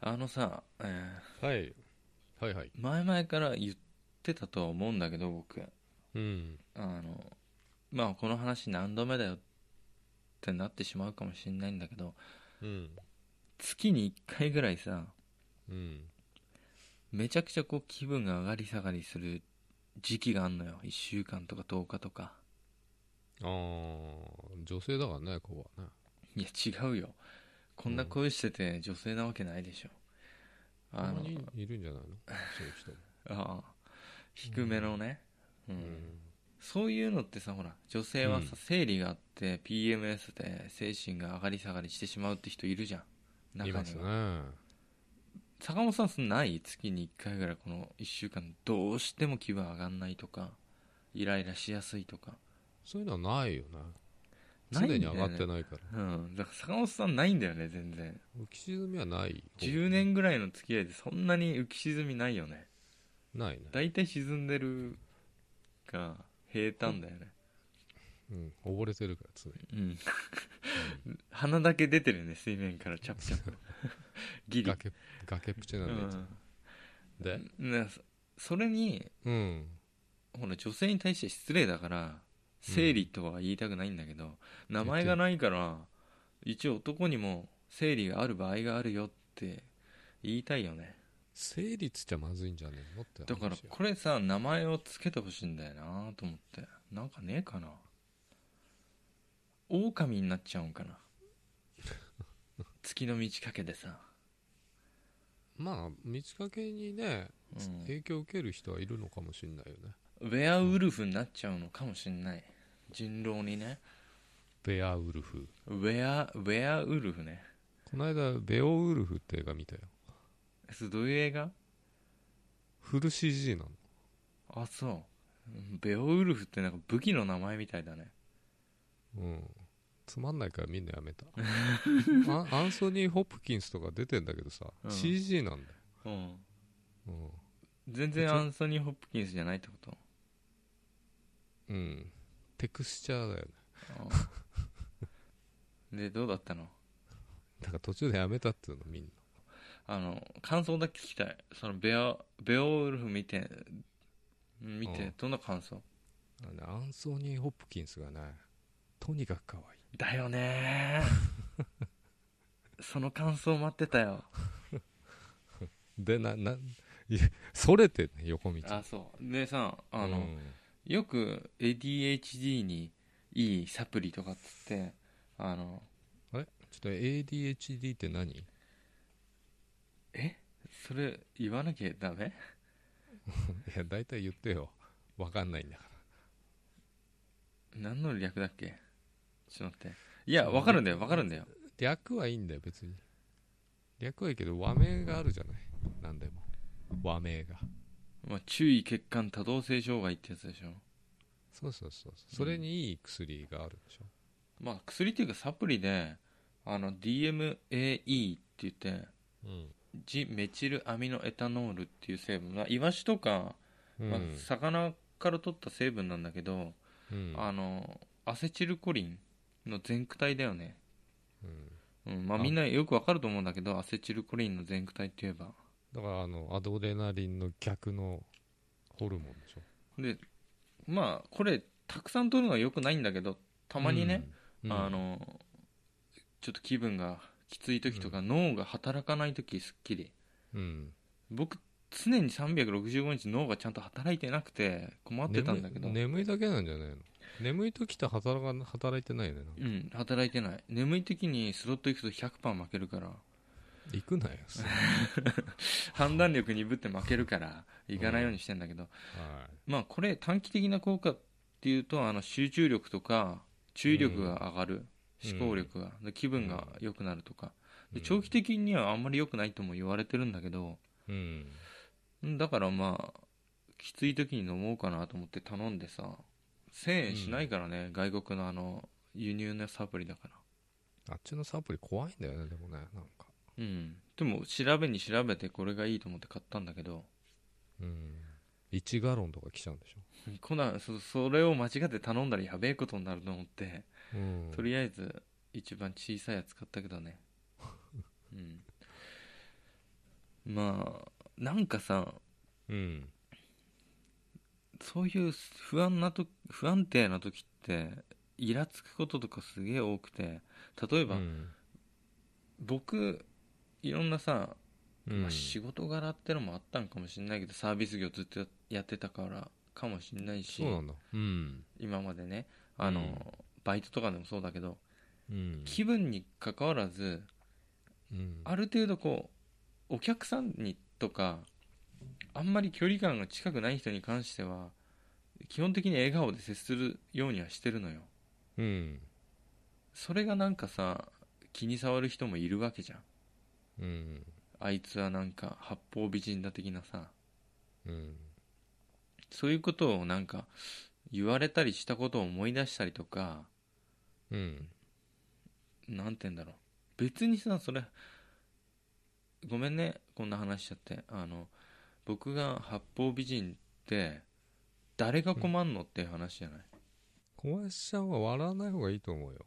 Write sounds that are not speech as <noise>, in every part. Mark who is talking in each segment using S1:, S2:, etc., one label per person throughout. S1: あのさ、えー
S2: はい、はいはい
S1: 前々から言ってたとは思うんだけど僕
S2: うん
S1: あのまあこの話何度目だよってなってしまうかもしれないんだけど
S2: うん
S1: 月に1回ぐらいさ
S2: うん
S1: めちゃくちゃこう気分が上がり下がりする時期があんのよ1週間とか10日とか
S2: あー女性だからねここはね
S1: いや違うよこんな恋してて女性なわけないでしょ、
S2: あ
S1: あ
S2: ま
S1: の
S2: りいるんじゃないのそういう人も
S1: ああ低めのね、うん
S2: うん
S1: そういうのってさほら女性はさ、
S2: うん
S1: 生理があって PMS で精神が上がり下がりしてしまうって人いるじゃん中
S2: い
S1: には
S2: ますね
S1: 坂本さんそんなない月に1回ぐらいこの1週間どうしても気分上がんないとかイライラしやすいとか
S2: そういうのはないよね
S1: ない
S2: 常
S1: んだよ
S2: に
S1: ね
S2: 上がってないから
S1: うんだから坂本さんないんだよね全然
S2: 浮き沈みはない
S1: 10年ぐらいの付き合いでそんなに浮き沈みないよね
S2: ないね、
S1: 大体沈んでるか平坦だよね
S2: うん、溺れてるから常に
S1: うん、鼻だけ出てるよね水面からチャプチャプギリ、
S2: 崖崖っぷちな
S1: うん
S2: だよ
S1: ん、
S2: で
S1: なそそれに
S2: うん
S1: ほら女性に対して失礼だから生理とは言いたくないんだけど、名前がないから一応男にも生理がある場合があるよって言いたいよね
S2: 成立じゃまずいんじゃねえのって話
S1: だから
S2: よ
S1: これさ名前を付けてほしいんだよなと思ってなんかねえかな狼になっちゃうんかな月の満ち欠けでさ、
S2: まあ見つかけにね
S1: うん
S2: 影響を受ける人はいるのかもしれないよね
S1: ベアウルフになっちゃうのかもしれない人狼にね
S2: ベアウルフ
S1: ウェアウェアウルフね
S2: この間ベオウルフって映画見たよ
S1: それどういう映画
S2: フル CG なの
S1: あそううんベアウルフってなんか武器の名前みたいだね
S2: うんつまんないからみんなやめ <laughs> たあアンソニー・ホップキンスとか出てんだけどさ、
S1: うん
S2: CG なんだよ、
S1: うん
S2: うん
S1: 全然アンソニー・ホップキンスじゃないってこと
S2: うん、テクスチャーだよね
S1: うんでどうだったの
S2: だから途中でやめたっていうのみんな
S1: あの感想だけ聞きたいそのベアベアウルフ見てうん見
S2: う
S1: て
S2: ん
S1: どんな感想
S2: あのねアンソニー・ホップキンスがねとにかく可愛い
S1: だよね <laughs> ーその感想待ってたよ
S2: でな <laughs> ないやそれてね横道
S1: あそうでさあの、
S2: うん
S1: よく ADHD にいいサプリとかっつってあの
S2: あれちょっと ADHD って何
S1: えそれ言わなきゃダメ
S2: いや大体言ってよ分かんないんだか
S1: 何の略だっけちょっと待っていや分かるんだよ分かるんだよ
S2: ら略はいいんだよ別に略はいいけど和名があるじゃない何でも和名が
S1: まあ、注意欠陥多動性障害ってやつでしょ
S2: そうそうそうそうそれにいい薬があるでしょ、
S1: まあ薬っていうかサプリであの DMAE って言って
S2: うん
S1: ジメチルアミノエタノールっていう成分がイワシとか、
S2: うん
S1: まあ、魚から取った成分なんだけど、
S2: うん
S1: あのアセチルコリンの全駆体だよね、
S2: うん
S1: うんまあ、
S2: あ
S1: みんなよくわかると思うんだけどアセチルコリンの全駆体って言えば
S2: だからあのアドレナリンの逆のホルモンでしょ
S1: でまあこれたくさん取るのはよくないんだけどたまにね、、
S2: うん
S1: あのちょっと気分がきつい時とか、脳が働かない時すっきり
S2: うん
S1: 僕常に365日脳がちゃんと働いてなくて困ってたんだけど、
S2: 眠い眠いだけなんじゃないの眠い時って働か働いてないよねなんか
S1: うん働いてない眠い時にスロット行くと100パー負けるから
S2: 行くなよ、
S1: 判断力鈍って負けるから行かないようにしてんだけど、
S2: は
S1: まあこれ短期的な効果っていうとあの集中力とか注意力が上がる、
S2: うん
S1: 思考力がで気分が良くなるとか、
S2: い、
S1: で長期的にはあんまり良くないとも言われてるんだけど
S2: うん
S1: んだからまあきつい時に飲もうかなと思って頼んでさ1000円しないからね、外国のあの輸入のサプリだから
S2: あっちのサプリ怖いんだよねでもねなんか
S1: うんでも調べに調べてこれがいいと思って買ったんだけど
S2: うん1ガロンとか来ちゃうんでしょ、
S1: こんなそそれを間違って頼んだらやべえことになると思って
S2: うん、
S1: とり
S2: <laughs>
S1: あえず一番小さいやつ買ったけどねうんまあなんかさ
S2: うん
S1: そういう不安なと不安定な時ってイラつくこととかすげえ多くて例えば、
S2: うん
S1: 僕いろんなさ、
S2: うん
S1: まあ仕事柄ってのもあったんかもしれないけどサービス業ずっとやってたからかもしれないし
S2: そうなんだうん
S1: 今までねあの、
S2: うん
S1: バイトとかでもそうだけど
S2: うん
S1: 気分に関わらず
S2: うん
S1: ある程度こうお客さんにとかあんまり距離感が近くない人に関しては基本的に笑顔で接するようにはしてるのよ
S2: うん
S1: それがなんかさ気に障る人もいるわけじゃん
S2: うん
S1: あいつはなんか八方美人だ的なさ
S2: うん
S1: そういうことをなんか言われたりしたことを思い出したりとか
S2: うん
S1: なんて言うんだろう別にさそれごめんねこんな話しちゃってあの僕が八方美人って誰が困んのっていう話じゃない、
S2: 小林ちゃんは笑わない方がいいと思うよ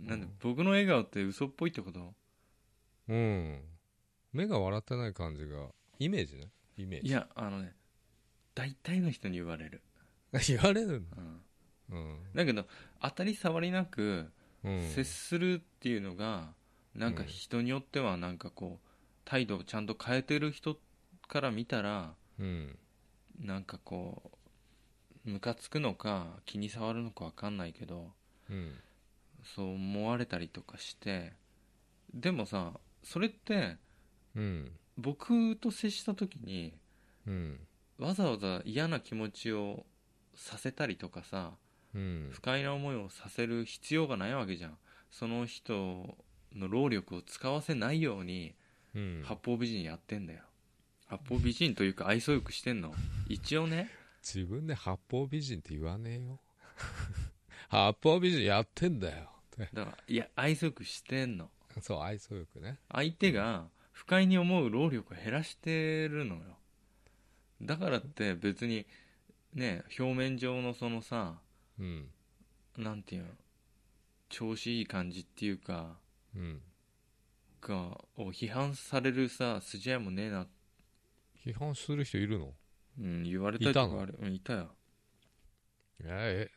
S1: なんで僕の笑顔って嘘っぽいってこと
S2: うん目が笑ってない感じがイメージねイメージ
S1: いやあのね大体の人に言われる、
S2: <laughs> 言われる
S1: うん、
S2: のうん
S1: だけど当たり障りなく
S2: うん
S1: 接するっていうのがなんか人によってはなんかこう態度をちゃんと変えてる人から見たら
S2: うん
S1: なんかこうムカつくのか気に障るのか分かんないけど
S2: うん
S1: そう思われたりとかしてでもさそれって
S2: うん
S1: 僕と接した時に
S2: うん
S1: わざわざ嫌な気持ちをさせたりとかさ
S2: うん
S1: 不快な思いをさせる必要がないわけじゃんその人の労力を使わせないように
S2: うん
S1: 八方美人やってんだよ八方美人というか愛想よくしてんの一応ね
S2: 自分で八方美人って言わねえよ <laughs> 八方美人やってんだよって
S1: だからいや愛想よくしてんの
S2: そう愛想よくね
S1: 相手が不快に思う労力を減らしてるのよだからって別にね表面上のそのさ
S2: うん
S1: なんていうの調子いい感じっていうか
S2: うん
S1: がを批判されるさ筋合いもねえな、
S2: 批判する人いるの
S1: うん、言われたりとかあるうんいたよ
S2: いやえ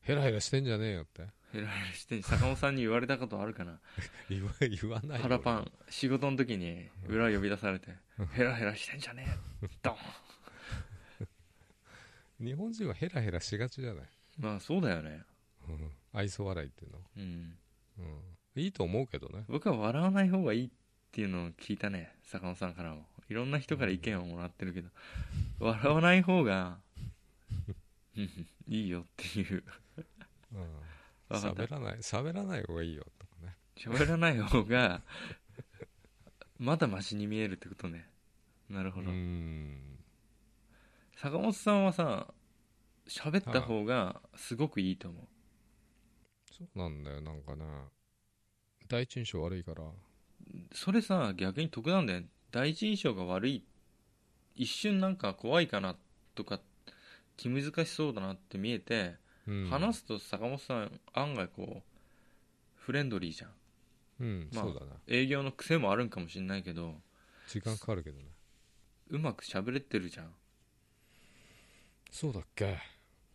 S2: ヘラヘラしてんじゃねえよって <laughs>
S1: ヘラヘラして坂本さんに言われたことあるかな
S2: 言わ言わないよ
S1: 腹パン仕事の時に裏呼び出されて「ヘラヘラしてんじゃねえ!」ドン
S2: 日本人はヘラヘラしがちじゃない、
S1: まあそうだよね
S2: うん、愛想笑いっていうの、
S1: うん
S2: うん、いいと思うけどね
S1: 僕は笑わない方がいいっていうのを聞いたね坂本さんからもいろんな人から意見をもらってるけど笑わない方がうんいいよっていう
S2: うん
S1: わかった
S2: 喋らない喋らない方がいいよとかね
S1: 喋らない方がまだマシに見えるってことねなる
S2: う
S1: ほど、
S2: ん
S1: 坂本さんはさ喋った方がすごくいいと思う
S2: そうなんだよなんかね第一印象悪いから
S1: それさ逆に得なんだよ第一印象が悪い一瞬なんか怖いかなとか気難しそうだなって見えて、
S2: うん
S1: 話すと坂本さん案外こうフレンドリーじゃん
S2: うん、
S1: まあ
S2: そうだな
S1: 営業の癖もあるんかもしれないけど
S2: 時間かかるけどね
S1: うまく喋れてるじゃん、
S2: そうだっけ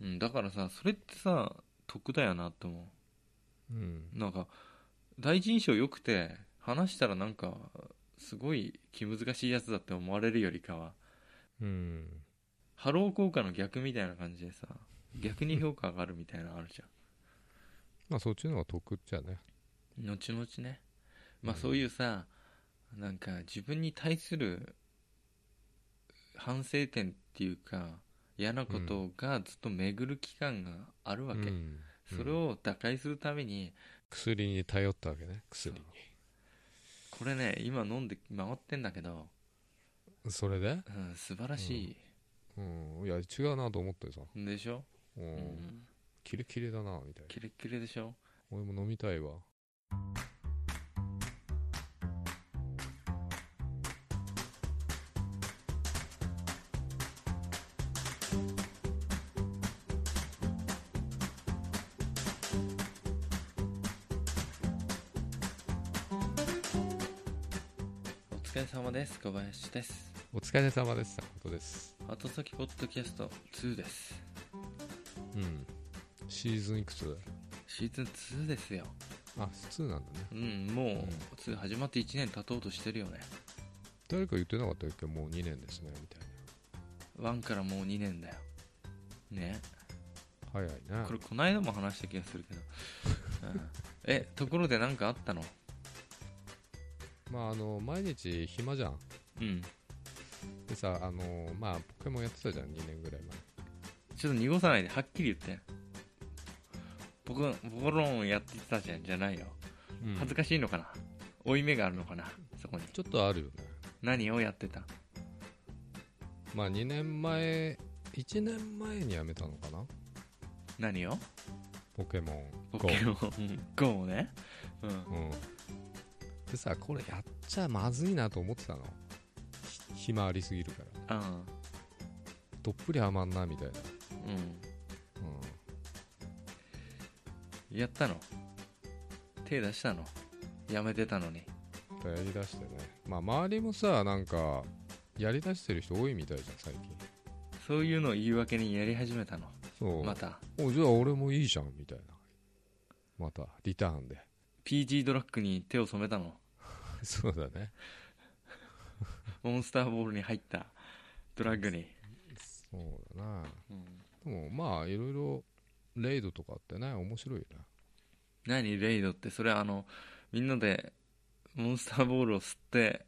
S1: うん、だからさそれってさ得だよなと思
S2: うん
S1: うなんか第一印象良くて話したらなんかすごい気難しいやつだって思われるよりかは
S2: うん
S1: ハロー効果の逆みたいな感じでさ逆に評価上がるみたいなのあるじゃん
S2: まあそっちの方が得っちゃね
S1: 後々ねまあ
S2: うん
S1: そういうさ、なんか自分に対する反省点っていうか嫌なことがずっと巡る期間があるわけ、
S2: うん
S1: それを打開するために
S2: 薬に頼ったわけね薬
S1: これね今飲んで回ってんだけど、
S2: にそれ
S1: う
S2: で
S1: ん、素晴らし
S2: うんいや違うなと思ってさ
S1: いでしょ、
S2: う
S1: うん
S2: んキレキレだなみたいな
S1: キレッキレでしょ
S2: 俺も飲みたいわ
S1: お疲疲れ様です小林です
S2: お疲れ様です本当です
S1: 後先ポッドキャスト2です
S2: うんシーズンいくつ
S1: シーズン2ですよ
S2: あ普通なんだね
S1: うんもう
S2: うん
S1: 2始まって1年経とうとしてるよね
S2: 誰か言ってなかったっけもう2年ですねみたい
S1: 1からもう2年だよね
S2: な早いね
S1: これこないだも話した気がするけど、うんえところで何かあったの
S2: まああの毎日暇じゃん
S1: うん
S2: でさあのまあポケモンやってたじゃん2年ぐらい
S1: ちょっと濁さないではっきり言って僕ポコロンやってたじゃんじゃないよ
S2: 前、
S1: 恥ずかしいのかな負い目があるのかなそこに
S2: ちょっとあるよね
S1: 何をやってた
S2: まあ2年前1年前にやめたのかな
S1: 何を
S2: ポケモン
S1: ポケモン GO をねうん
S2: うん、でさこれやっちゃまずいなと思ってたのひ暇ありすぎるから
S1: あ
S2: どっぷりハマんなみたいな、
S1: う
S2: うん
S1: やったの手出したのやめてたのに
S2: だからやりだしてねまあ周りもさなんかやりだしてる人多いみたいじゃん最近
S1: そういうのを言い訳にやり始めたの
S2: そう、
S1: また
S2: おじゃあ俺もいいじゃんみたいなまたリターンで <laughs>
S1: PG ドラッグに手を染めたの
S2: そうだね
S1: モンスターボールに入ったドラッグに、
S2: そうだな
S1: うん
S2: でもまあいろいろレイドとかってね面白いよね
S1: 何レイドってそれあのみんなでモンスターボールを吸って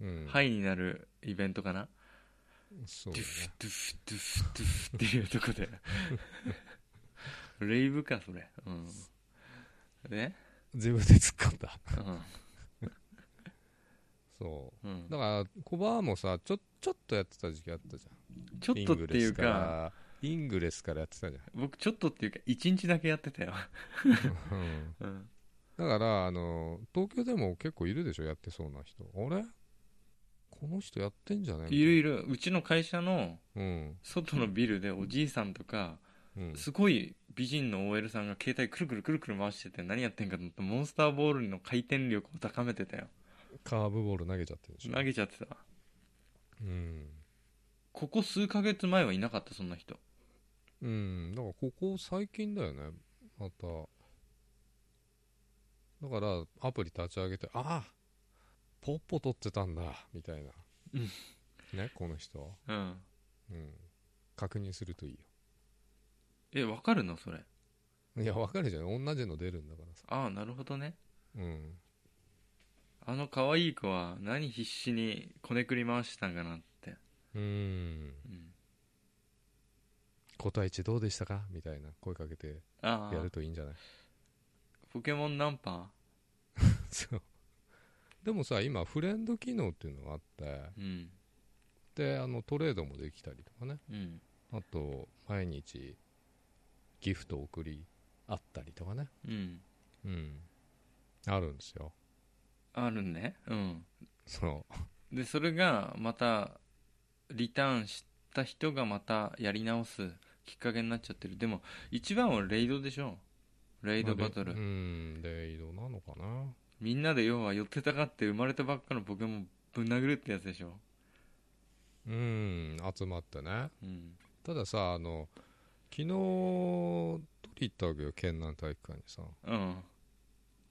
S2: うん
S1: ハイになるイベントかな、
S2: そうだ
S1: ドゥ
S2: ね
S1: フドゥフドゥフドゥフっていうとこ
S2: <laughs>
S1: でレイブかそれうんね
S2: 自分で突っ込んだそう
S1: うん、うん
S2: だ、からコバもさちょちょっとやってた時期あったじ
S1: ちょ
S2: ゃん
S1: っとっていうか
S2: イングレスからイングレスからやってたじ
S1: 僕ちょっとっていうか1日だけやってたよ、
S2: ゃん、
S1: う
S2: うん
S1: ん、
S2: だからあの東京でも結構いるでしょやってそうな人あれこの人やってんじゃね
S1: いるいるうちの会社の
S2: うん
S1: 外のビルでおじいさんとか、
S2: うん
S1: すごい美人の OL さんが携帯くるくるくるくる回してて何やってんかと思ったらモンスターボールの回転力を高めてたよ
S2: カーブボール投げちゃってるでしょ
S1: 投げちゃってた
S2: うん
S1: ここ数ヶ月前はいなかったそんな人
S2: うんだからここ最近だよねまただからアプリ立ち上げてああポッポ取ってたんだみたいな、
S1: うん
S2: ねこの人
S1: うん
S2: うん確認するといいよ
S1: えわかるのそれ
S2: いや、わかるじゃん。同じの出るんだからさ。
S1: ああなるほどね
S2: うん。
S1: あの可愛い子は何必死にこねくり回してたんかなって、
S2: うーん。
S1: うん、
S2: 答え値どうでしたかみたいな声かけて
S1: あ
S2: やる
S1: あ
S2: といいんじゃない <laughs>
S1: ポケモンナンパ
S2: そう。でもさ、今、フレンド機能っていうのがあって、
S1: うん
S2: で、あの、トレードもできたりとかね。
S1: うん
S2: あと、毎日、ギフト送りあったりとかね。
S1: うん
S2: うん。あるんですよ。
S1: あるねうん
S2: そ
S1: でそれがまたリターンした人がまたやり直すきっかけになっちゃってるでも一番はレイドでしょレ
S2: う。
S1: イドバトル、
S2: まあでうん、レイドなのかな。
S1: みんなで要は寄ってたかって生まれたばっかのポケモンぶん殴るってやつでしょ
S2: うん、集まってね。
S1: うん
S2: たださあの昨日取り行ったわけよ県南体育館にさ
S1: うん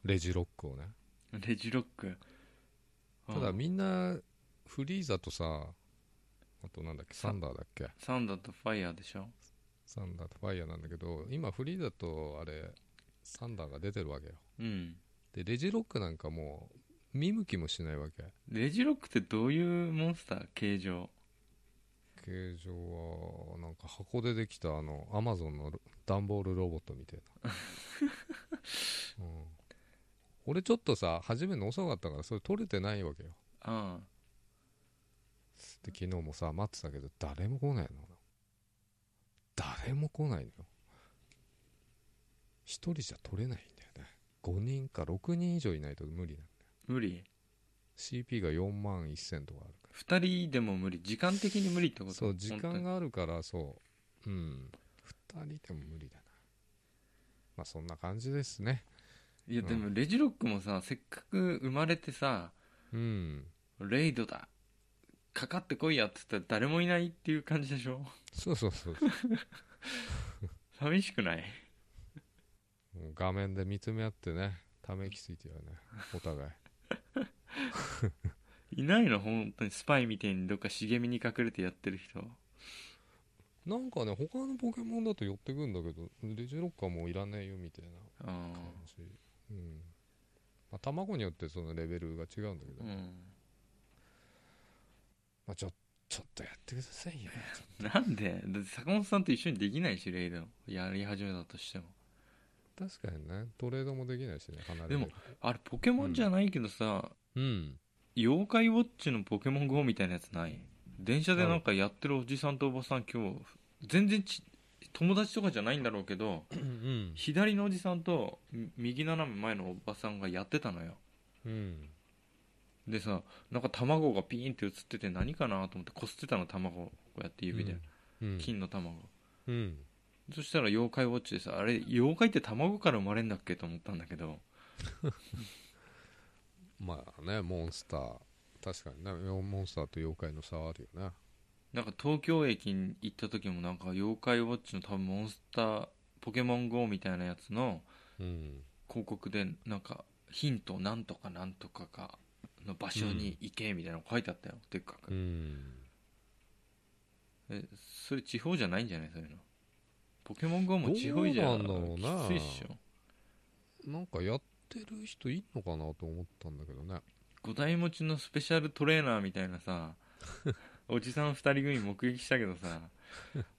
S2: レジロックをね
S1: レジロックうん
S2: ただみんなフリーザとさあとなんだっけ
S1: さ
S2: サンダーだっけ
S1: サンダーとファイヤーでしょ
S2: サンダーとファイヤーなんだけど今フリーザとあれサンダーが出てるわけよ
S1: うん
S2: でレジロックなんかもう見向きもしないわけ
S1: レジロックってどういうモンスター形状
S2: 形状はなんか箱でできたあのアマゾンの段ボールロボットみたいな、うん、俺ちょっとさ初めの遅かったからそれ取れてないわけよ
S1: ああ
S2: で昨日もさ待ってたけど誰も来ないの誰も来ないのよ一人じゃ取れないんだよね5人か6人以上いないと無理なの
S1: 無理
S2: CP が4万1000とかあるか
S1: 2人でも無理時間的に無理ってこ
S2: ら
S1: と
S2: そう時
S1: 本当
S2: 間
S1: に
S2: があるからそううん2人でも無理だなまあそんな感じですね
S1: いや
S2: うん
S1: でもレジロックもさせっかく生まれてさ
S2: うん
S1: レイドだかかってこいやって言ったら誰もいないっていう感じでしょ <laughs>
S2: そうそうそう
S1: 寂しくない
S2: もう画面で見つめ合ってねため息ついてるよねお互い
S1: いないの本当にスパイみたいにどっか茂みに隠れてやってる人
S2: なんかね他のポケモンだと寄ってくんだけどレジロッカーもういらねえよみたいな
S1: あ
S2: 感じうんまあ卵によってそのレベルが違うんだけ
S1: あう
S2: ど、ま
S1: ん
S2: あちょちょっとやってくださいよ
S1: なんでだって坂本さんと一緒にできないしレイドやり始めたとしても
S2: 確かにねトレードもできないしね離れて
S1: でもあれポケモンじゃないけどさ、
S2: うん
S1: 妖怪ウォッチのポケモン GO みたいなやつない電車でなんかやってるおじさんとおばさん今日全然ち友達とかじゃないんだろうけど
S2: うん
S1: 左のおじさんとみ右斜め前のおばさんがやってたのよ
S2: うん
S1: でさなんか卵がピーンって映ってて何かなと思ってこすってたの卵こうやって指で、
S2: うん
S1: 金の卵
S2: うん
S1: そしたら妖怪ウォッチでさあれ妖怪って卵から生まれんだっけと思ったんだけど
S2: まあねモンスター確かにねモンスターと妖怪の差はあるよね
S1: なんか東京駅に行った時もなんか妖怪ウォッチの多分モンスターポケモン GO みたいなやつの
S2: うん
S1: 広告でなんかヒントなんとかなんとかかの場所に行けみたいなの書いてあったよ、でっかく、
S2: うん
S1: えそれ地方じゃないんじゃないそういうのポケモン GO も地方じ
S2: ど
S1: ゃ
S2: うなんだろうな
S1: きついっしょ
S2: なんかやってる人いんのかなと思ったんだけどね
S1: 五台持ちのスペシャルトレーナーみたいなさおじさん2人組目撃したけどさ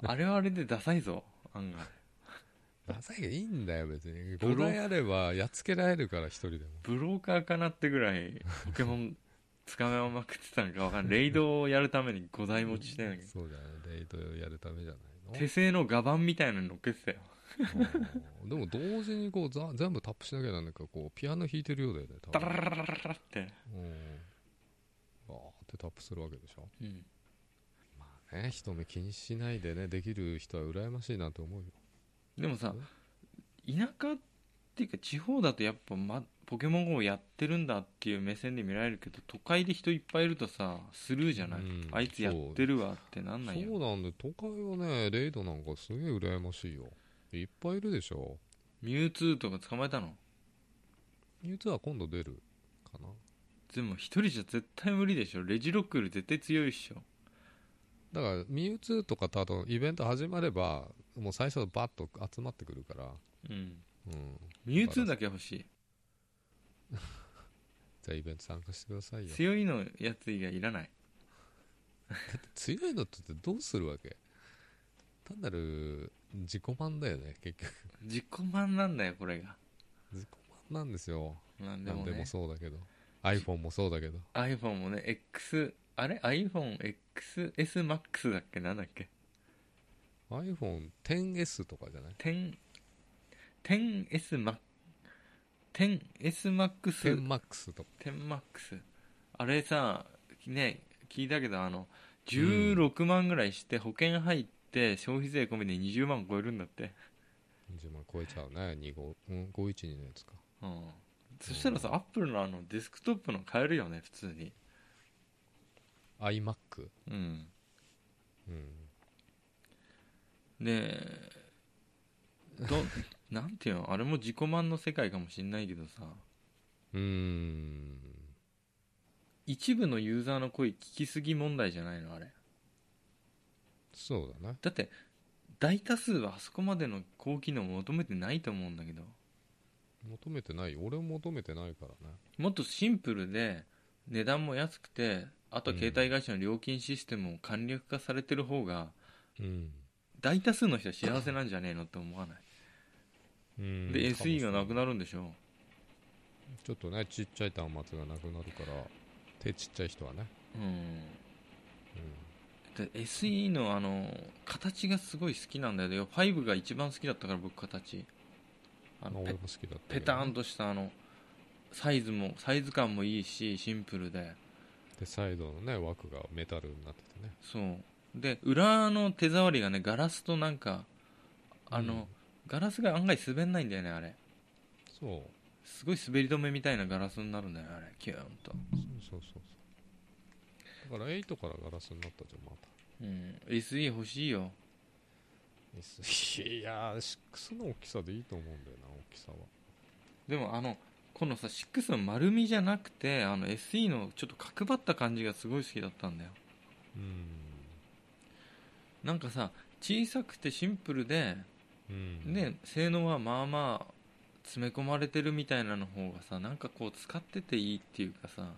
S1: あれはあれでダサいぞ案外
S2: ダサいがいいんだよ別に
S1: ブロ
S2: 5台あればやっつけられるから一人でも
S1: ブローカーかなってぐらいポケモン捕まえまくってたのかわかんないレイドをやるために5台持ちしてんだけど
S2: そうだよねデートやるためじゃない
S1: 手製の画板みたいなの乗っけてたよ
S2: のでも同時にこうざ全部タップしなきゃなんないからこうピアノ弾いてるようだよね
S1: ダ
S2: 多分
S1: ララララララって、
S2: うんバーってタップするわけでしょ
S1: うん、
S2: ね人目気にしないでねできる人は羨ましいなと思うよ
S1: でもさ田舎っていうか地方だとやっぱ、ま、ポケモン GO をやってるんだっていう目線で見られるけど都会で人いっぱいいるとさスルーじゃない、
S2: うん
S1: あいつやってるわってなんない
S2: そう
S1: よ
S2: なんで都会はねレイドなんかすげえ羨ましいよいっぱいいるでしょ
S1: ミュウツーとか捕まえたの
S2: ニューツは今度出るかな
S1: でも一人じゃ絶対無理でしょレジロックより絶対強いっしょ
S2: だからミュウツーとかとあとイベント始まればもう最初バッと集まってくるから
S1: うん
S2: うん
S1: ミュウツーだけ欲しい
S2: じゃあイベント参加してくださいよ
S1: 強いのやつ以外いらない
S2: 強いのってどうするわけ単なる自己満だよね結局
S1: 自己満なんだよこれが
S2: 自己満なんですよ
S1: なんで
S2: 何
S1: も
S2: で
S1: ね
S2: もそうだけど iPhone もそうだけど
S1: iPhone もね X あれ iPhoneXSMAX だっけなんだっけ
S2: iPhone10S とかじゃない
S1: 10- 10SMAX 10SMAX
S2: 10MAX とか
S1: 10MAX あれさね聞いたけどあの16万ぐらいして保険入って消費税込みで20万超えるんだって
S2: 10万超えちゃうね25うん512のやつか
S1: うんそしたらさアップルのあのデスクトップの買えるよね普通に
S2: iMac
S1: うん
S2: うん
S1: でど <laughs> なんていうのあれも自己満の世界かもしんないけどさ
S2: うーん
S1: 一部のユーザーの声聞きすぎ問題じゃないのあれ
S2: そうだね
S1: だって大多数はあそこまでの高機能を求めてないと思うんだけど
S2: 求めてないよ俺も求めてないからね
S1: もっとシンプルで値段も安くてあと
S2: うん
S1: 携帯会社の料金システムを簡略化されてる方が
S2: うん
S1: 大多数の人は幸せなんじゃねえのって思わない
S2: うん
S1: で SE がなく
S2: な
S1: なるんでしょ
S2: ちょっとねちっちゃい端末がなくなるから手ちっちゃい人はね
S1: うん
S2: うん
S1: で SE のあの形がすごい好きなんだよ5が一番好きだったから僕形あ
S2: ま
S1: の
S2: あ
S1: ペ
S2: 俺も好き
S1: ペ
S2: だったけどね
S1: ターンとしたあのサイズもサイズ感もいいしシンプルで
S2: でサイドのね枠がメタルになっててね
S1: そうで裏の手触りがねガラスとなんかあの、
S2: うん
S1: ガラスが案外滑んないんだよねあれ
S2: そう
S1: すごい滑り止めみたいなガラスになるんだよねあれキューンと
S2: そうそうそうから8からガラスになったじゃんまた
S1: うん SE 欲しいよ
S2: SE いやー6の大きさでいいと思うんだよな大きさは
S1: でもあのこのさ6の丸みじゃなくてあの SE のちょっと角張った感じがすごい好きだったんだよ
S2: うん
S1: なんかさ小さくてシンプルで、
S2: うん
S1: ね性能はまあまあ詰め込まれてるみたいなの方がさなんかこう使ってていいっていうかさ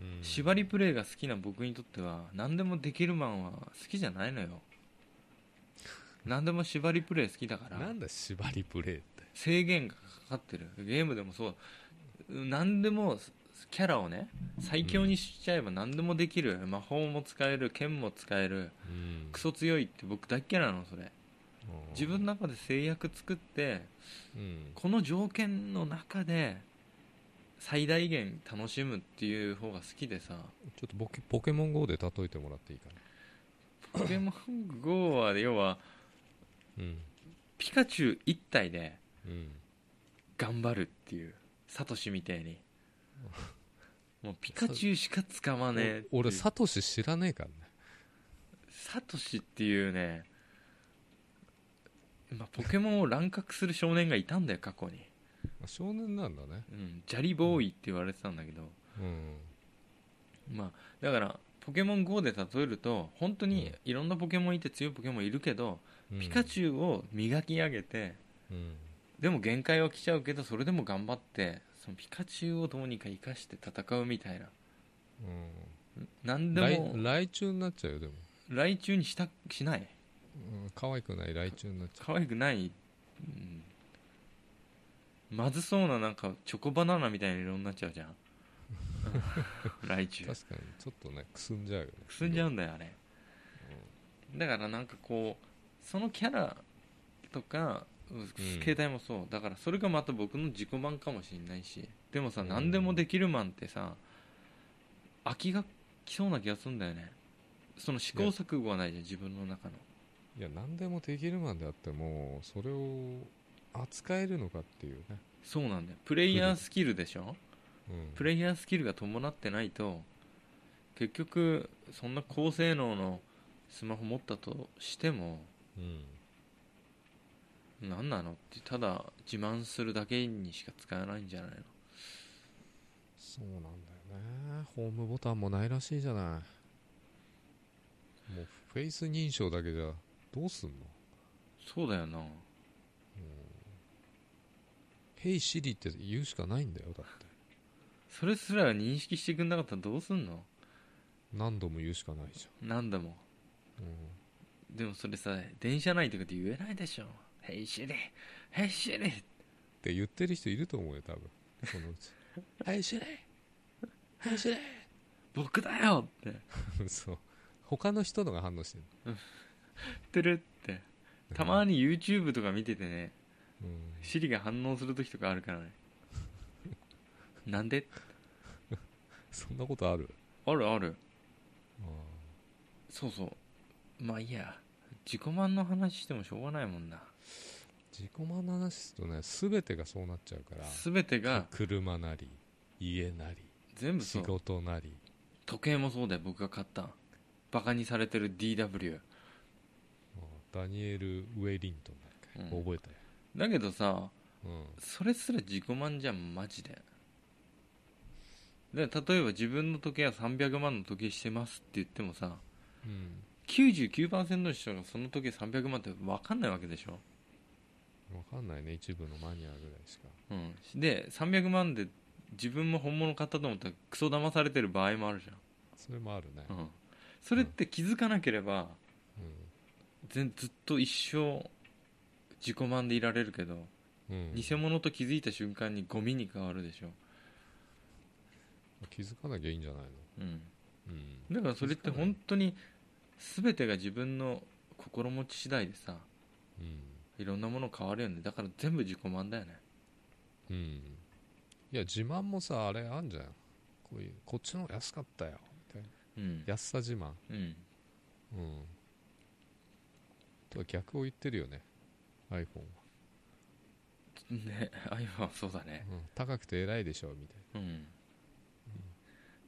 S2: うん
S1: 縛りプレイが好きな僕にとっては何でもできるマンは好きじゃないのよ何でも縛りプレイ好きだから
S2: なんだ縛りプレイって
S1: 制限がかかってるゲームでもそううん何でもキャラをね最強にしちゃえば何でもできる、魔法も使える剣も使える
S2: うん
S1: クソ強いって僕大っ嫌いなのそれ
S2: うん
S1: 自分の中で制約作って
S2: うん
S1: この条件の中で最大限楽しむっていう方が好きでさ
S2: ちょっとボケポケモン GO で例えてもらっていいかな
S1: ポケモン GO は要は
S2: うん
S1: ピカチュウ1体で
S2: うん
S1: 頑張るっていうサトシみたいにもうピカチュウしか捕まねえっていう
S2: お俺サトシ知らねえからね
S1: サトシっていうね、まあ、ポケモンを乱獲する少年がいたんだよ過去に、
S2: あ少年なんだね
S1: うん、ジャリボーイって言われてたんだけど、
S2: うん
S1: まあ、だからポケモン GO で例えると本当にいろんなポケモンいて強いポケモンいるけど、
S2: うん
S1: ピカチュウを磨き上げて
S2: うん
S1: でも限界は来ちゃうけどそれでも頑張ってそのピカチュウをどうにか生かして戦うみたいな
S2: うん
S1: 何で
S2: 来
S1: も
S2: 来中になっちゃうよでも
S1: 来中にしたしない
S2: うん可愛くない来中になっちゃ
S1: 可愛くない、うん、まずそうななんかチョコバナナみたいな色になっちゃうじゃんライチ
S2: う
S1: ュウ
S2: 確かにちょっとねくすんじゃうよね
S1: くすんじゃうんだよあれだからなんかこうそのキャラとかうん携帯もそうだからそれがまた僕の自己満かもしれないしでもさ
S2: うん
S1: 何でもできるマンってさ飽きがきそうな気がするんだよねその試行錯誤はないじゃん自分の中の
S2: いや何でもできるマンであってもそれを扱えるのかっていうね、
S1: そうなんだよプレイヤースキルでしょ、
S2: うん、
S1: プレイヤースキルが伴ってないと結局そんな高性能のスマホ持ったとしても
S2: うん
S1: 何なのってただ自慢するだけにしか使えないんじゃないの
S2: そうなんだよねホームボタンもないらしいじゃないもうフェイス認証だけじゃどうすんの
S1: そうだよな
S2: 「ヘイシリ」って言うしかないんだよだって
S1: それすら認識してくんなかったらどうすんの
S2: 何度も言うしかないじ
S1: 何度も
S2: ゃん、うん、
S1: でもそれさ電車内とかで言えないでしょ「へいしりへいしり
S2: って言ってる人いると思うよ多分そのう
S1: <laughs>
S2: ち「ヘイシリヘイシリ
S1: 僕だよ!」って」 <laughs>
S2: そう他の人のが反応してる、
S1: 言ってるってたまに YouTube とか見ててね
S2: うん、
S1: シリが反応する時とかあるから <laughs> ねなんで
S2: そんなことある
S1: あるある
S2: ああ
S1: そうそうまあいいや自己満の話してもしょうがないもんな
S2: 自己満の話するとね全てがそうなっちゃうから
S1: 全てが
S2: 車なり家なり
S1: 全部そ
S2: 仕
S1: う
S2: 事なり
S1: 時計もそうだよ僕が買ったバカにされてる DW
S2: ああダニエル・ウェリントンだっけ、
S1: うん
S2: 覚えたよ、
S1: だけどさ
S2: うん
S1: それすら自己満じゃんマジでで例えば自分の時計は300万の時計してますって言ってもさ
S2: うん、
S1: 99%の人がその時計300万って分かんないわけでしょ、
S2: 分かんないね一部のマニアぐらいしか
S1: うん、で300万で自分も本物買ったと思ったらクソ騙されてる場合もあるじゃん
S2: それもあるね、
S1: うん、それって気づかなければ、
S2: う
S1: 全ずっと一生自己満でいられるけど、
S2: んうん、
S1: 偽物と気づいた瞬間にゴミに変わるでしょ、
S2: 気づかなきゃいいんじゃないの、
S1: うん、
S2: うん、
S1: だからそれって本当に全てが自分の心持ち次第でさ
S2: うん
S1: いろんなもの変わるよねだから全部自己満だよね
S2: うんいや自慢もさあれあんじゃんこういうこっちの方が安かったよみたいな
S1: うん、
S2: 安さ自慢
S1: うん、
S2: うんとは逆を言ってるよね iPhone は、
S1: ね iPhone はそうだね
S2: うん、高くて偉いでしょみたい
S1: うん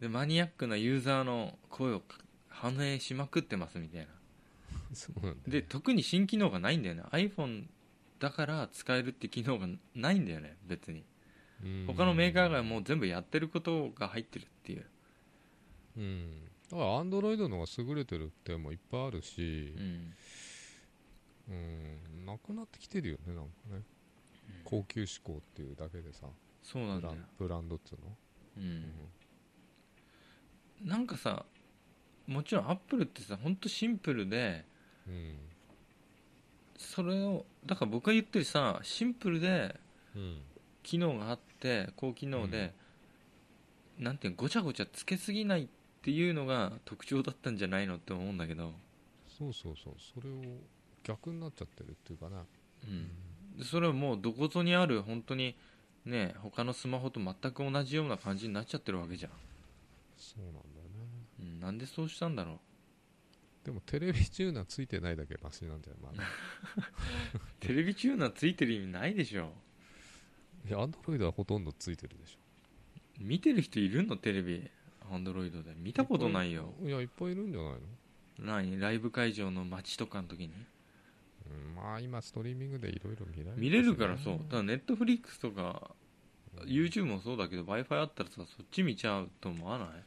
S1: でマニアックなユーザーの声を反映しまくってますみたいな
S2: そうなんだ <laughs> よ
S1: で特に新機能がないんだよね iPhone だから使えるって機能がないんだよね別に
S2: うん
S1: 他のメーカーがもう全部やってることが入ってるっていう、
S2: うんだからアンドロイドの方が優れてる点もいっぱいあるし
S1: うん、
S2: うんなくなってきてるよねなんかね高級志向っていうだけでさ
S1: そうなん
S2: ブ
S1: だ
S2: ラ
S1: よ
S2: ン、ブランドっつうの
S1: うん、なんかさもちろんアップルってさほんとシンプルで
S2: うんうん
S1: それをだから僕が言ってるさシンプルで
S2: うん
S1: 機能があって高機能で、なんていうのごちゃごちゃつけすぎないっていうのが特徴だったんじゃないのって思うんだけど、
S2: そうそうそうそれを逆になっちゃってるっていうかな
S1: うん、でそれはもうどこぞにある本当にね他のスマホと全く同じような感じになっちゃってるわけじゃん、
S2: そうなんだよね
S1: うん、なんでそうしたんだろ
S2: でもテレビチューナーついてないだけマシなんじゃない、
S1: <laughs>
S2: まあ、
S1: うテレビチューナーついてる意味ないでしょ
S2: いやアンドロイドはほとんどついてるでしょ
S1: 見てる人いるのテレビアンドロイドで見たことないよ
S2: いやいっぱいいるんじゃないの、
S1: 何ライブ会場の街とかの時に
S2: うん、まあ今ストリーミングでいろいろ見られるしね、
S1: 見れるからそうだからネットフリックスとか
S2: うん
S1: YouTube もそうだけど w i f i あったらさそっち見ちゃうと思わない、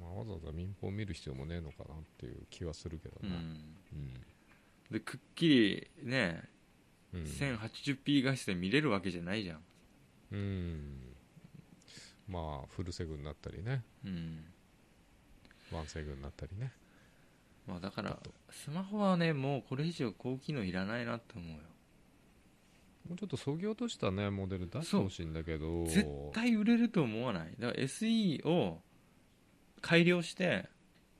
S2: まあ、わざわざ民放見る必要もねえのかなっていう気はするけど
S1: う
S2: な、
S1: ん、
S2: うん
S1: でくっきりね、
S2: うん
S1: 1080p 画質で見れるわけじゃないじゃん、
S2: うんまあフルセグになったりね
S1: うん
S2: ワンセグになったりね
S1: まあ、だか
S2: ちょ
S1: ら
S2: っと
S1: スマホはねもうこれ以上高機能いらないなって思うよ
S2: もうちょっとそぎ落としたねモデル出してほしいんだけど
S1: 絶対売れると思わないだから SE を改良して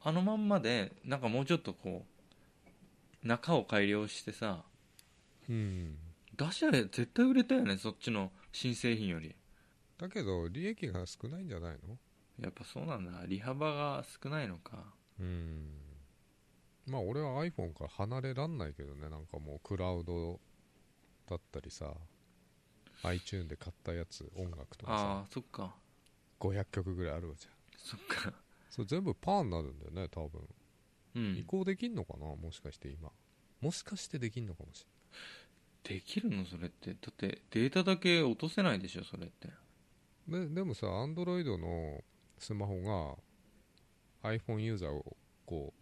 S1: あのまんまでなんかもうちょっとこう中を改良してさ
S2: うん
S1: 出しゃれ絶対売れたよねそっちの新製品より
S2: だけど利益が少ないんじゃないの
S1: やっぱそうなんだ利幅が少ないのか
S2: うんまあ俺は iPhone から離れらんないけどねなんかもうクラウドだったりさ iTune で買ったやつ音楽と
S1: あ
S2: か
S1: あそっか
S2: さ500曲ぐらいあるわじゃん
S1: そっか
S2: それ全部パーになるんだよね多分
S1: うん
S2: 移行できんのかなもしかして今もしかしてできんのかもし
S1: できるのそれってだってデータだけ落とせないでしょそれって
S2: れないででもさ Android のスマホが iPhone ユーザーをこ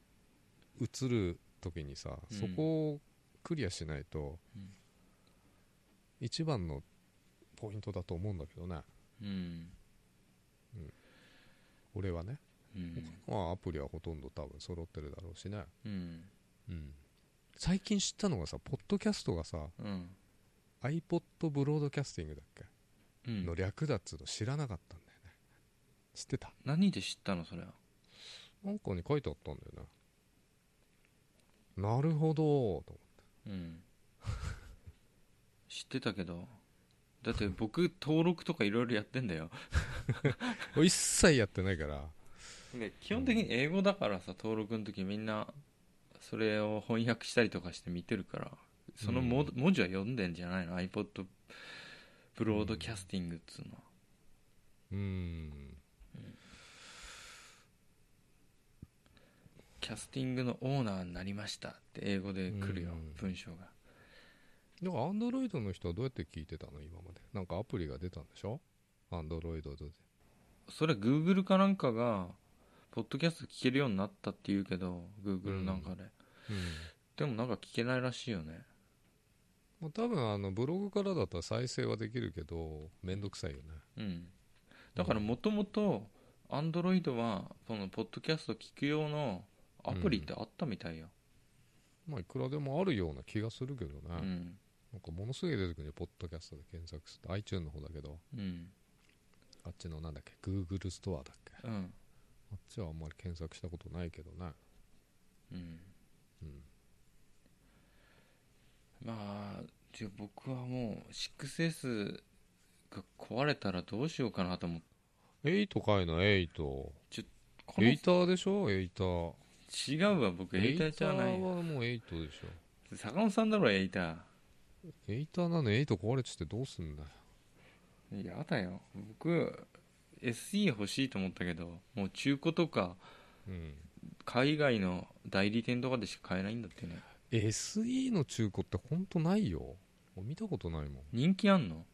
S2: う映る時にさ、
S1: うん
S2: そこをクリアしないと、
S1: うん
S2: 一番のポイントだと思うんだけどね
S1: うん
S2: 俺はね、
S1: うん
S2: まあ、アプリはほとんど多分揃ってるだろうしね、
S1: うん
S2: うん最近知ったのがさポッドキャストがさ
S1: うん、
S2: iPod ブロードキャスティングだっけ
S1: うん
S2: の略だっつうの知らなかったんだよね知ってた
S1: 何で知ったのそれは
S2: なんかに書いてあったんだよねなるほどと
S1: うん知ってたけどだって僕登録とかいろいろやってんだよ、
S2: 思って一切やってないから
S1: で基本的に英語だからさ登録の時みんなそれを翻訳したりとかして見てるからそのも、文字は読んでんじゃないの iPod ブロードキャスティングっつうのは
S2: うーん
S1: キャスティングのオーナーになりましたって英語で来るよ、
S2: うん
S1: 文章が
S2: だからアンドロイドの人はどうやって聞いてたの今までなんかアプリが出たんでしょアンドロイドで
S1: それ Google かなんかがポッドキャスト聞けるようになったって言うけど Google なんかで、
S2: うん、
S1: でもなんか聞けないらしいよね
S2: まあ、多分あのブログからだったら再生はできるけどめんどくさいよね
S1: うんだからもともと Android はそのポッドキャスト聞く用のアプリってあったみたいよ、
S2: まあいくらでもあるような気がするけどね、
S1: うんうん
S2: なんかものすごい出てくるよポッドキャストで検索すると iTune の方だけど
S1: うん
S2: あっちのなんだっけ Google ストアだっけあ
S1: うん
S2: っちはあんまり検索したことないけどねうん
S1: まあじゃあ僕はもう 6S が壊れたらどうしようかなと思って
S2: 8かいの8
S1: この
S2: エイターでしょエイター
S1: 違うわ僕エイターじゃない
S2: エイタ
S1: よ
S2: ーはもう8でしょ
S1: 坂本さんだろエイター
S2: エイターなのに8壊れちゃってどうすんだよ
S1: やだよ僕 SE 欲しいと思ったけどもう中古とか
S2: うん、
S1: 海外の代理店とかでしか買えないんだってね
S2: SE の中古ってほんとないよ見たことないもん <laughs>
S1: 人気あんの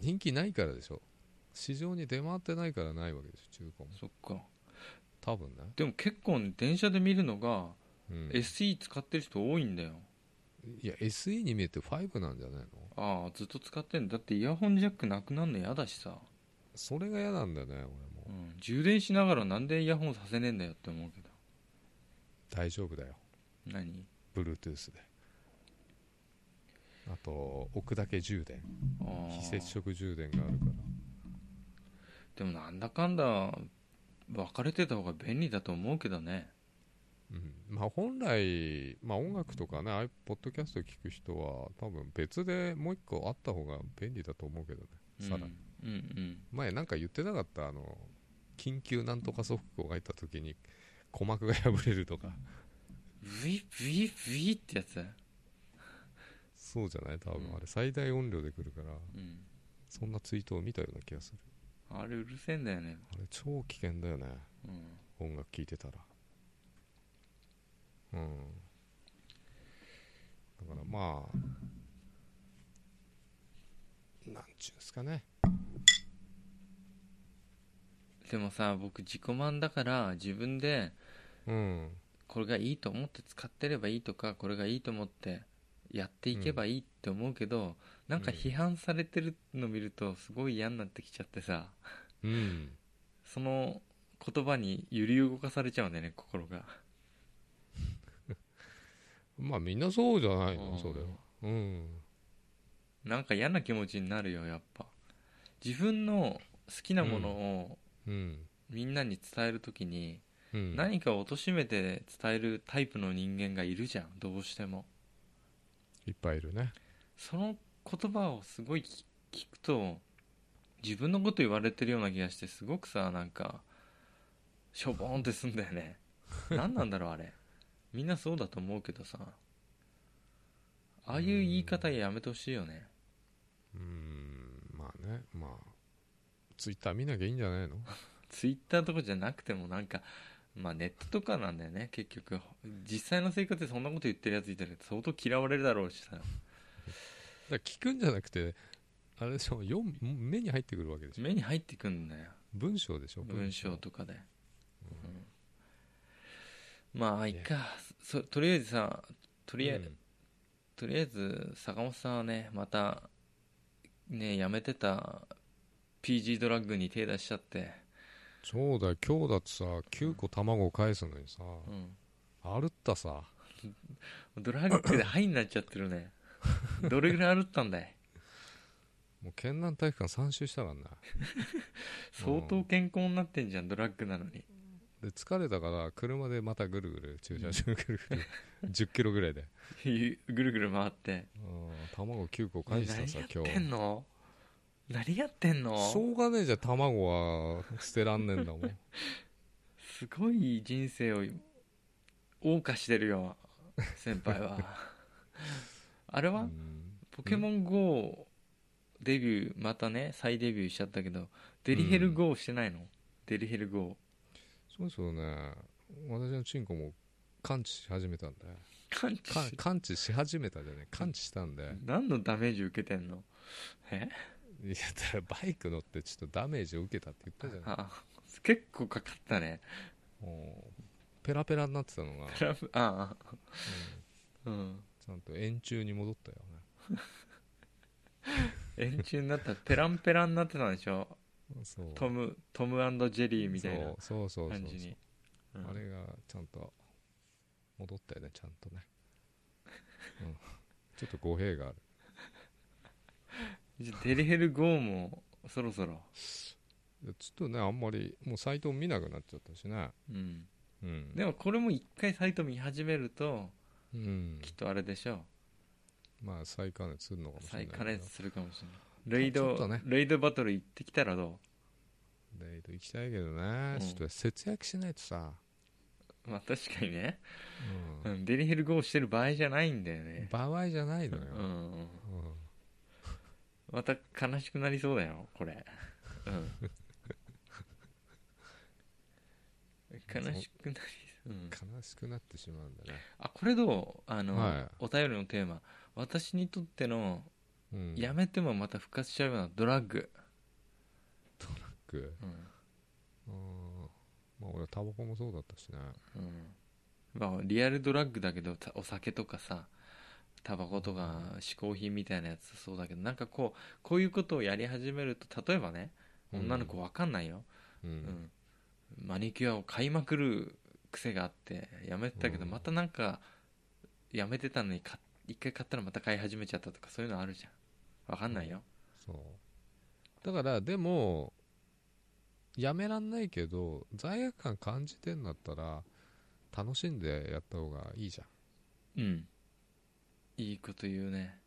S2: 人気ないからでしょ市場に出回ってないからないわけでしょ中古も
S1: そっか
S2: 多分ね、
S1: でも結構ね電車で見るのが
S2: うん、
S1: SE 使ってる人多いんだよ
S2: いや SE に見えて5なんじゃないの
S1: ああずっと使ってんだだってイヤホンジャックなくなるの嫌だしさ、
S2: それが嫌なんだよね俺
S1: う
S2: も
S1: ん、充電しながらなんでイヤホンさせねえんだよって思うけど
S2: 大丈夫だよ
S1: 何
S2: Bluetooth であと置くだけ充電
S1: ああ
S2: 非接触充電があるから
S1: でもなんだかんだ別れてた方が便利だと思うけどね
S2: うんまあ、本来、まあ、音楽とかね、ああいうポッドキャスト聞く人は、多分別でもう一個あった方が便利だと思うけどね、さらに。
S1: うん、うんうん
S2: 前、なんか言ってなかった、あの緊急なんとか速報が入った時に、鼓膜が破れるとか、
S1: ブイブイブイってやつ、う
S2: そうじゃない、多
S1: う
S2: 分
S1: ん
S2: あれ、最大音量で来るから、
S1: ん、
S2: そんなツイートを見たような気がする。
S1: あれうるせえんだよね、
S2: あれ、超危険だよね、
S1: うん、
S2: 音楽聴いてたら。うん。だからまあ、なんちゅうんすかね。
S1: でもさ僕自己満だから自分で
S2: うん
S1: これがいいと思って使ってればいいとかこれがいいと思ってやっていけばいいって思うけど、なんか批判されてるの見るとすごい嫌になってきちゃってさ
S2: うん
S1: その言葉に揺り動かされちゃうんだよね心が
S2: まあみんなそうじゃない
S1: うん
S2: のそれはうん
S1: なんか嫌な気持ちになるよやっぱ自分の好きなものを
S2: うん
S1: みんなに伝えるときに、
S2: うん
S1: 何かを貶めて伝えるタイプの人間がいるじゃんどうしても
S2: いっぱいいるね
S1: その言葉をすごいき聞くと自分のこと言われてるような気がしてすごくさなんかしょぼーんってすんだよね何なんだろうあれみんなそうだと思うけどさああいう言い方やめてほしいよね
S2: うんまあねまあツイッター見なきゃいいんじゃないの <laughs>
S1: ツイッターとかじゃなくてもなんかまあネットとかなんだよね結局実際の生活でそんなこと言ってるやついたら相当嫌われるだろうしさ
S2: だから聞くんじゃなくてあれでしょ読む目に入ってくるわけでしょ
S1: 目に入ってくんだよ
S2: 文章でしょ
S1: 文章とかで、うんまあいいかそとりあえずさとりあえ、
S2: うん
S1: とりあえず坂本さんはねまたねやめてた PG ドラッグに手出しちゃって、
S2: そうだよ今日だってさ9個卵を返すのにさ
S1: う
S2: 歩ったさ
S1: ん、ドラッグでハイになっちゃってるね
S2: <laughs>
S1: どれぐらい歩ったんだい
S2: もう県南体育館3周したからな
S1: 相当健康になってんじゃんドラッグなのに <laughs>
S2: で疲れたから車でまたぐるぐる駐車場ぐるぐる10キロぐらいで
S1: ぐるぐる回って
S2: うん卵9個返したさ今
S1: 何やっ
S2: 日
S1: てんの何やってんの
S2: しょうがねえじゃん卵は捨てらんねえんだもん
S1: すごい人生を謳歌してるよ先輩
S2: <laughs>
S1: はあれ
S2: う
S1: は、
S2: ん
S1: ポケモン GO デビューまたね再デビューしちゃったけどデリヘル GO してないの、デリヘル GO
S2: そうですよね私のチンコも完治し始めたんで
S1: 感知 <laughs>
S2: か完治し始めたじゃね完治したんで
S1: 何のダメージ受けてんのえ
S2: いやだからバイク乗ってちょっとダメージを受けたって言ったじゃない
S1: あ結構かかったね
S2: もうペラペラになってたのが、うん
S1: ペラフああうん
S2: ちゃんと円柱に戻ったよね
S1: 円柱になったペランペランになってたんでしょ
S2: そう
S1: トムトムジェリーみたいな
S2: そうそうそうそう
S1: 感じにうん
S2: あれがちゃんと戻ったよねちゃんとね、うん、ちょっと語弊がある
S1: じゃあデリヘル GO もそろそろ
S2: いやちょっとねあんまりもうサイトを見なくなっちゃったしね
S1: うん
S2: うん
S1: でもこれも一回サイト見始めると
S2: うん
S1: きっとあれでしょう
S2: まあ再加熱するのかもし
S1: 再
S2: れないけど
S1: 加熱するかもしれないレイ
S2: ちょ
S1: ド、
S2: っとね
S1: レイドバトル行ってきたらど
S2: デート行きたいけどね、
S1: うん
S2: ちょっと節約しないとさ、
S1: うまあ確かにね、
S2: う
S1: うんん、デリヘル GO してる場合じゃないんだよね
S2: 場合じゃないのよ、
S1: うんうん
S2: うん <laughs>
S1: また悲しくなりそうだよこれうん悲しくなり、うん、
S2: 悲しくなってしまうんだね
S1: あこれどうあの、
S2: はい
S1: お便りのテーマ私にとっての
S2: うん
S1: やめてもまた復活しちゃうようなドラッグ、
S2: く
S1: うん
S2: うんまあ俺はタバコもそうだったしね
S1: うんまあ、リアルドラッグだけどたお酒とかさタバコとか嗜好品みたいなやつそうだけどなんかこうこういうことをやり始めると例えばね女の子わかんないよ、
S2: うん、
S1: うんマニキュアを買いまくる癖があってやめてたけど
S2: うん
S1: またなんかやめてたのに買っ一回買ったらまた買い始めちゃったとかそういうのあるじゃんわかんないよ、
S2: そうだからでもやめらんないけど罪悪感感じてんだったら楽しんでやった方がいいじゃん
S1: うんいいこと言うね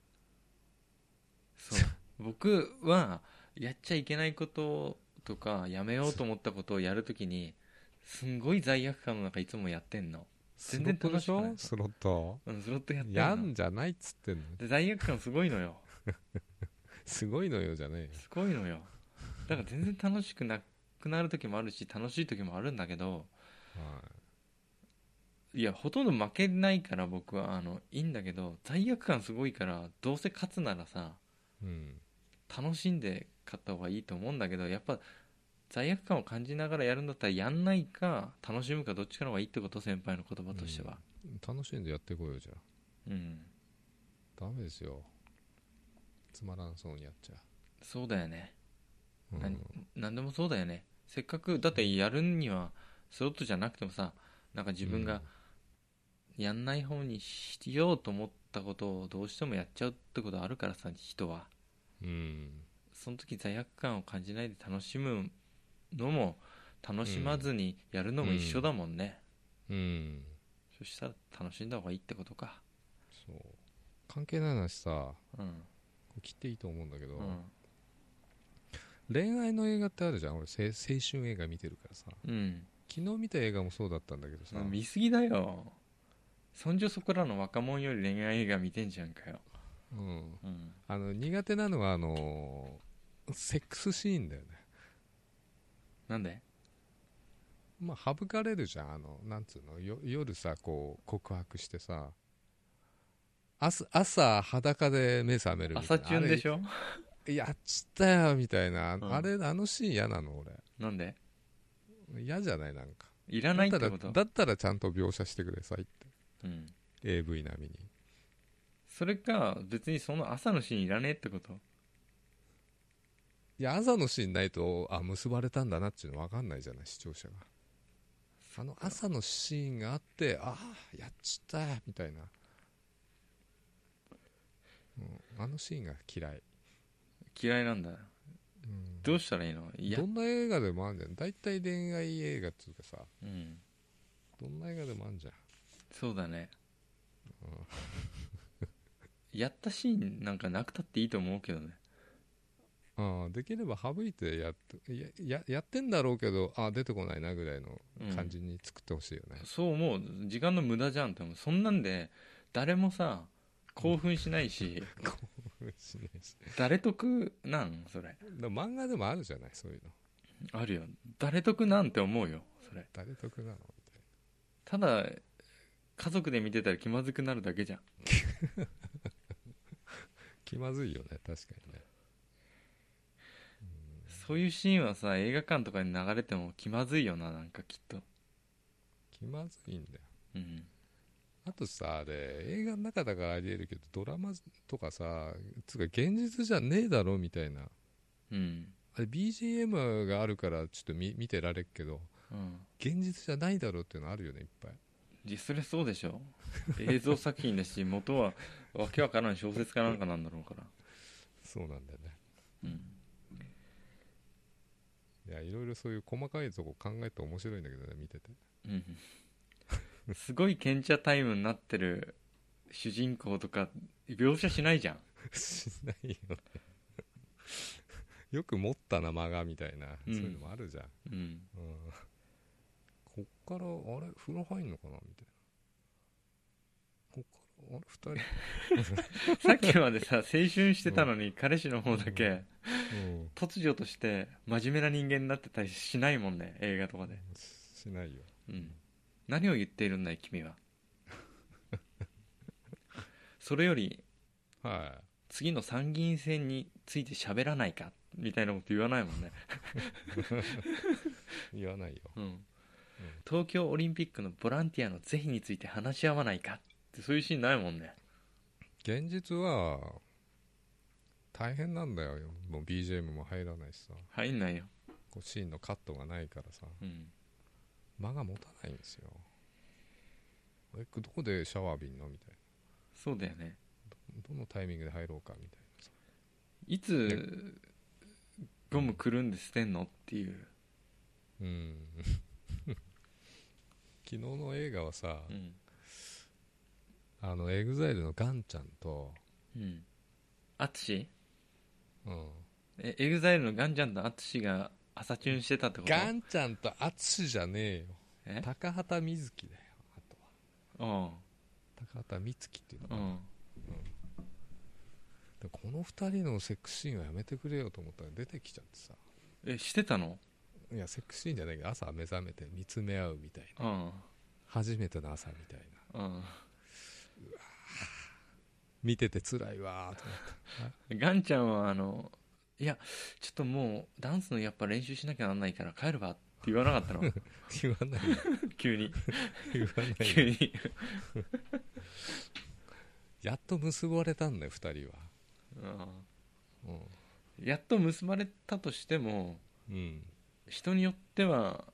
S1: そう僕はやっちゃいけないこととかやめようと思ったことをやるときにすんごい罪悪感の中いつもやってんの、全然楽しくない
S2: スロット
S1: うん、スロットやって
S2: で
S1: ん
S2: しょスロッ
S1: の
S2: トやんじゃないっつってんの
S1: で罪悪感すごいのよ
S2: すごいのよじゃねえよ
S1: すごいのよだから全然楽しくなくなる時もあるし楽しい時もあるんだけどいやほとんど負けないから僕はあのいいんだけど罪悪感すごいからどうせ勝つならさ
S2: はいうん
S1: 楽しんで買った方がいいと思うんだけどやっぱ罪悪感を感じながらやるんだったらやんないか楽しむかどっちかの方がいいってこと先輩の言葉としては
S2: 楽しんでやってこいよじゃあ
S1: うん、
S2: ダメですよつまらんそうにやっちゃ
S1: そうだよね、
S2: う、うん
S1: 何何でもそうだよねせっかくだってやるにはスロットじゃなくてもさなんか自分がやんない方にしようと思ったことをどうしてもやっちゃうってことあるからさ人は
S2: うん
S1: その時罪悪感を感じないで楽しむのも楽しまずにやるのも一緒だもんね、
S2: うん
S1: そしたら楽しんだ方がいいってことか。
S2: そう関係ない話さ
S1: うん。
S2: 切っていいと思うんだけど、
S1: うん。
S2: 恋愛の映画ってあるじゃん俺せ青春映画見てるからさ
S1: うん。
S2: 昨日見た映画もそうだったんだけどさ、
S1: 見すぎだよ。そんじょそこらの若者より恋愛映画見てんじゃんかよ。
S2: うん、
S1: うん。
S2: あの苦手なのはあのーセックスシーンだよね
S1: なんで
S2: まあ省かれるじゃんあのなんつうのよ夜さこう告白してさ朝朝裸で目覚めるみ
S1: 朝
S2: たいな
S1: チュンでし
S2: ょ
S1: ょ
S2: やっちったよみたいな、
S1: ん
S2: あれあのシーン嫌なの
S1: なんで
S2: 俺嫌じゃないなんか
S1: いらないって
S2: だ
S1: こ
S2: っ
S1: と
S2: たらだったらちゃんと描写してくださいって
S1: うん。
S2: AV 並みに
S1: それか、別にその朝のシーンいらねえってこと
S2: いや朝のシーンないとあ結ばれたんだなっていうの分かんないじゃない視聴者があの朝のシーンがあってああやっちったみたいな、うん、あのシーンが嫌い、
S1: 嫌いなんだ。
S2: うん
S1: どうしたらいいのいや
S2: ど。んな映画でもあるじゃん大体恋愛映画っていうかさ
S1: うん。
S2: どんな映画でもあるじゃん
S1: そうだね。やったシーンなんかなくたっていいと思うけどね。
S2: ああできれば省いてやってやややってんだろうけどああ出てこないなぐらいの
S1: うん
S2: 感じに作ってほしいよね、
S1: そう思う時間の無駄じゃんって思うそんなんで誰もさ興奮しないし
S2: <laughs> しないし
S1: 誰得なんそれ
S2: でも漫画でもあるじゃないそういうの
S1: あるよ誰得なんて思うよそれ
S2: 誰得なのみたいな
S1: ただ家族で見てたら気まずくなるだけじゃん
S2: 気まずいよね確かにね
S1: そういうシーンはさ映画館とかに流れても気まずいよななんかきっと
S2: 気まずいんだよ
S1: うん
S2: あとさあれ映画の中だからありえるけどドラマとかさつうか現実じゃねえだろみたいな
S1: うん
S2: あれ BGM があるからちょっと見見てられっけど
S1: うん
S2: 現実じゃないだろっていうのあるよねいっぱい
S1: いやそれそうでしょ映像作品だし元はわけわからん小説かなんかなんだろうから
S2: そうなんだよね
S1: うん
S2: いやいろいろそういう細かいとこ考えて面白いんだけどね見てて
S1: うんすごい賢者タイムになってる主人公とか描写しないじゃん
S2: しないよねよく持ったな間がみたいな、
S1: うん
S2: そういうのもあるじゃん、
S1: うん
S2: うん、こっからあれ風呂入んのかなみたいなこっからあれ
S1: さっきまでさ青春してたのに彼氏の方だ
S2: う
S1: け
S2: 2人、うん、
S1: 突如として真面目な人間になってたりしないもんね映画とかで
S2: しないよ
S1: うん、何を言っているんだい君はそれより
S2: は
S1: 次の参議院選について喋らないかみたいなこと言わないもんね、
S2: い言わないよ
S1: うん、東京オリンピックのボランティアの是非について話し合わないかってそういうシーンないもんね
S2: 現実は大変なんだよもう BGM も入らないしさ
S1: 入んないよ、
S2: こうシーンのカットがないからさ
S1: うん、
S2: 間が持たないんですよえどこでシャワー浴びんのみたい
S1: そうだよね
S2: などのタイミングで入ろうかみたいない
S1: つゴムくるんで捨てんのっていう、
S2: うん <laughs> 昨日の映画はさ、
S1: うん
S2: あのエグザイルのガンちゃんと、
S1: うん、アツシ
S2: うん、
S1: えエグザイルのガンちゃんとアツシが朝チュンしてたってこと
S2: ガンちゃんと淳じゃねえ
S1: え
S2: よ高畑瑞希だよあとは
S1: うん
S2: 高畑充希っていうの
S1: う
S2: かな、
S1: ん
S2: でこの2人のセックスシーンはやめてくれよと思ったら出てきちゃってさ
S1: えしてたの
S2: いやセックスシーンじゃないけど朝目覚めて見つめ合うみたいな
S1: うん
S2: 初めての朝みたいな
S1: うん
S2: 見てて辛いわーと思って
S1: ガンちゃんはあのいやちょっともうダンスのやっぱ練習しなきゃなんないから帰るわって言わなかった
S2: <laughs>
S1: の
S2: 言わないよ
S1: 急に
S2: 言わ <laughs> ない
S1: 急
S2: よ
S1: に
S2: やっと結ばれたんだよ2人は
S1: うんやっと結ばれたとしても
S2: うん、うん、
S1: 人によっては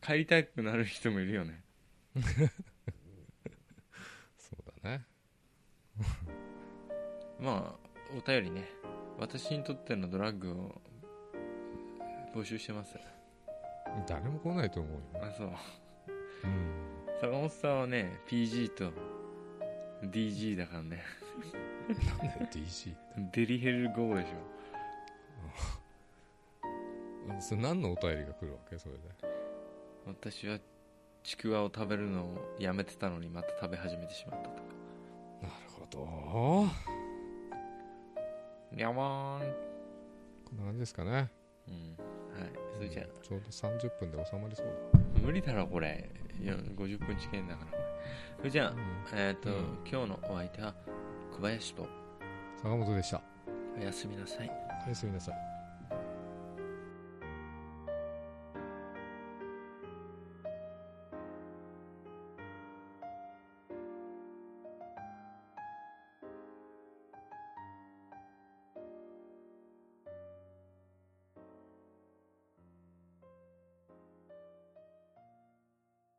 S1: 帰りたくなる人もいるよね
S2: そうだね
S1: まあお便りね私にとってのドラッグを募集してます
S2: 誰も来ないと思うよ、
S1: あそう
S2: うん
S1: 坂本さんはね PG と DG だからね
S2: なんだよ DG
S1: デリヘル5でし
S2: それ何のお便りが来るわけそれで
S1: ょ私はちくわを食べるのをやめてたのにまた食べ始めてしまったとか
S2: なるほどこ
S1: にゃまーん、
S2: んな感じですかね
S1: うん、はいそれじゃ
S2: うんちょうど30分で収まりそう
S1: あ無理だろこれいや50分遅延だからそれじゃ
S2: だ、うん
S1: あえっ、と、
S2: うん
S1: 今日のお相手は小林と
S2: 坂本でした
S1: おやすみなさい
S2: おやすみなさい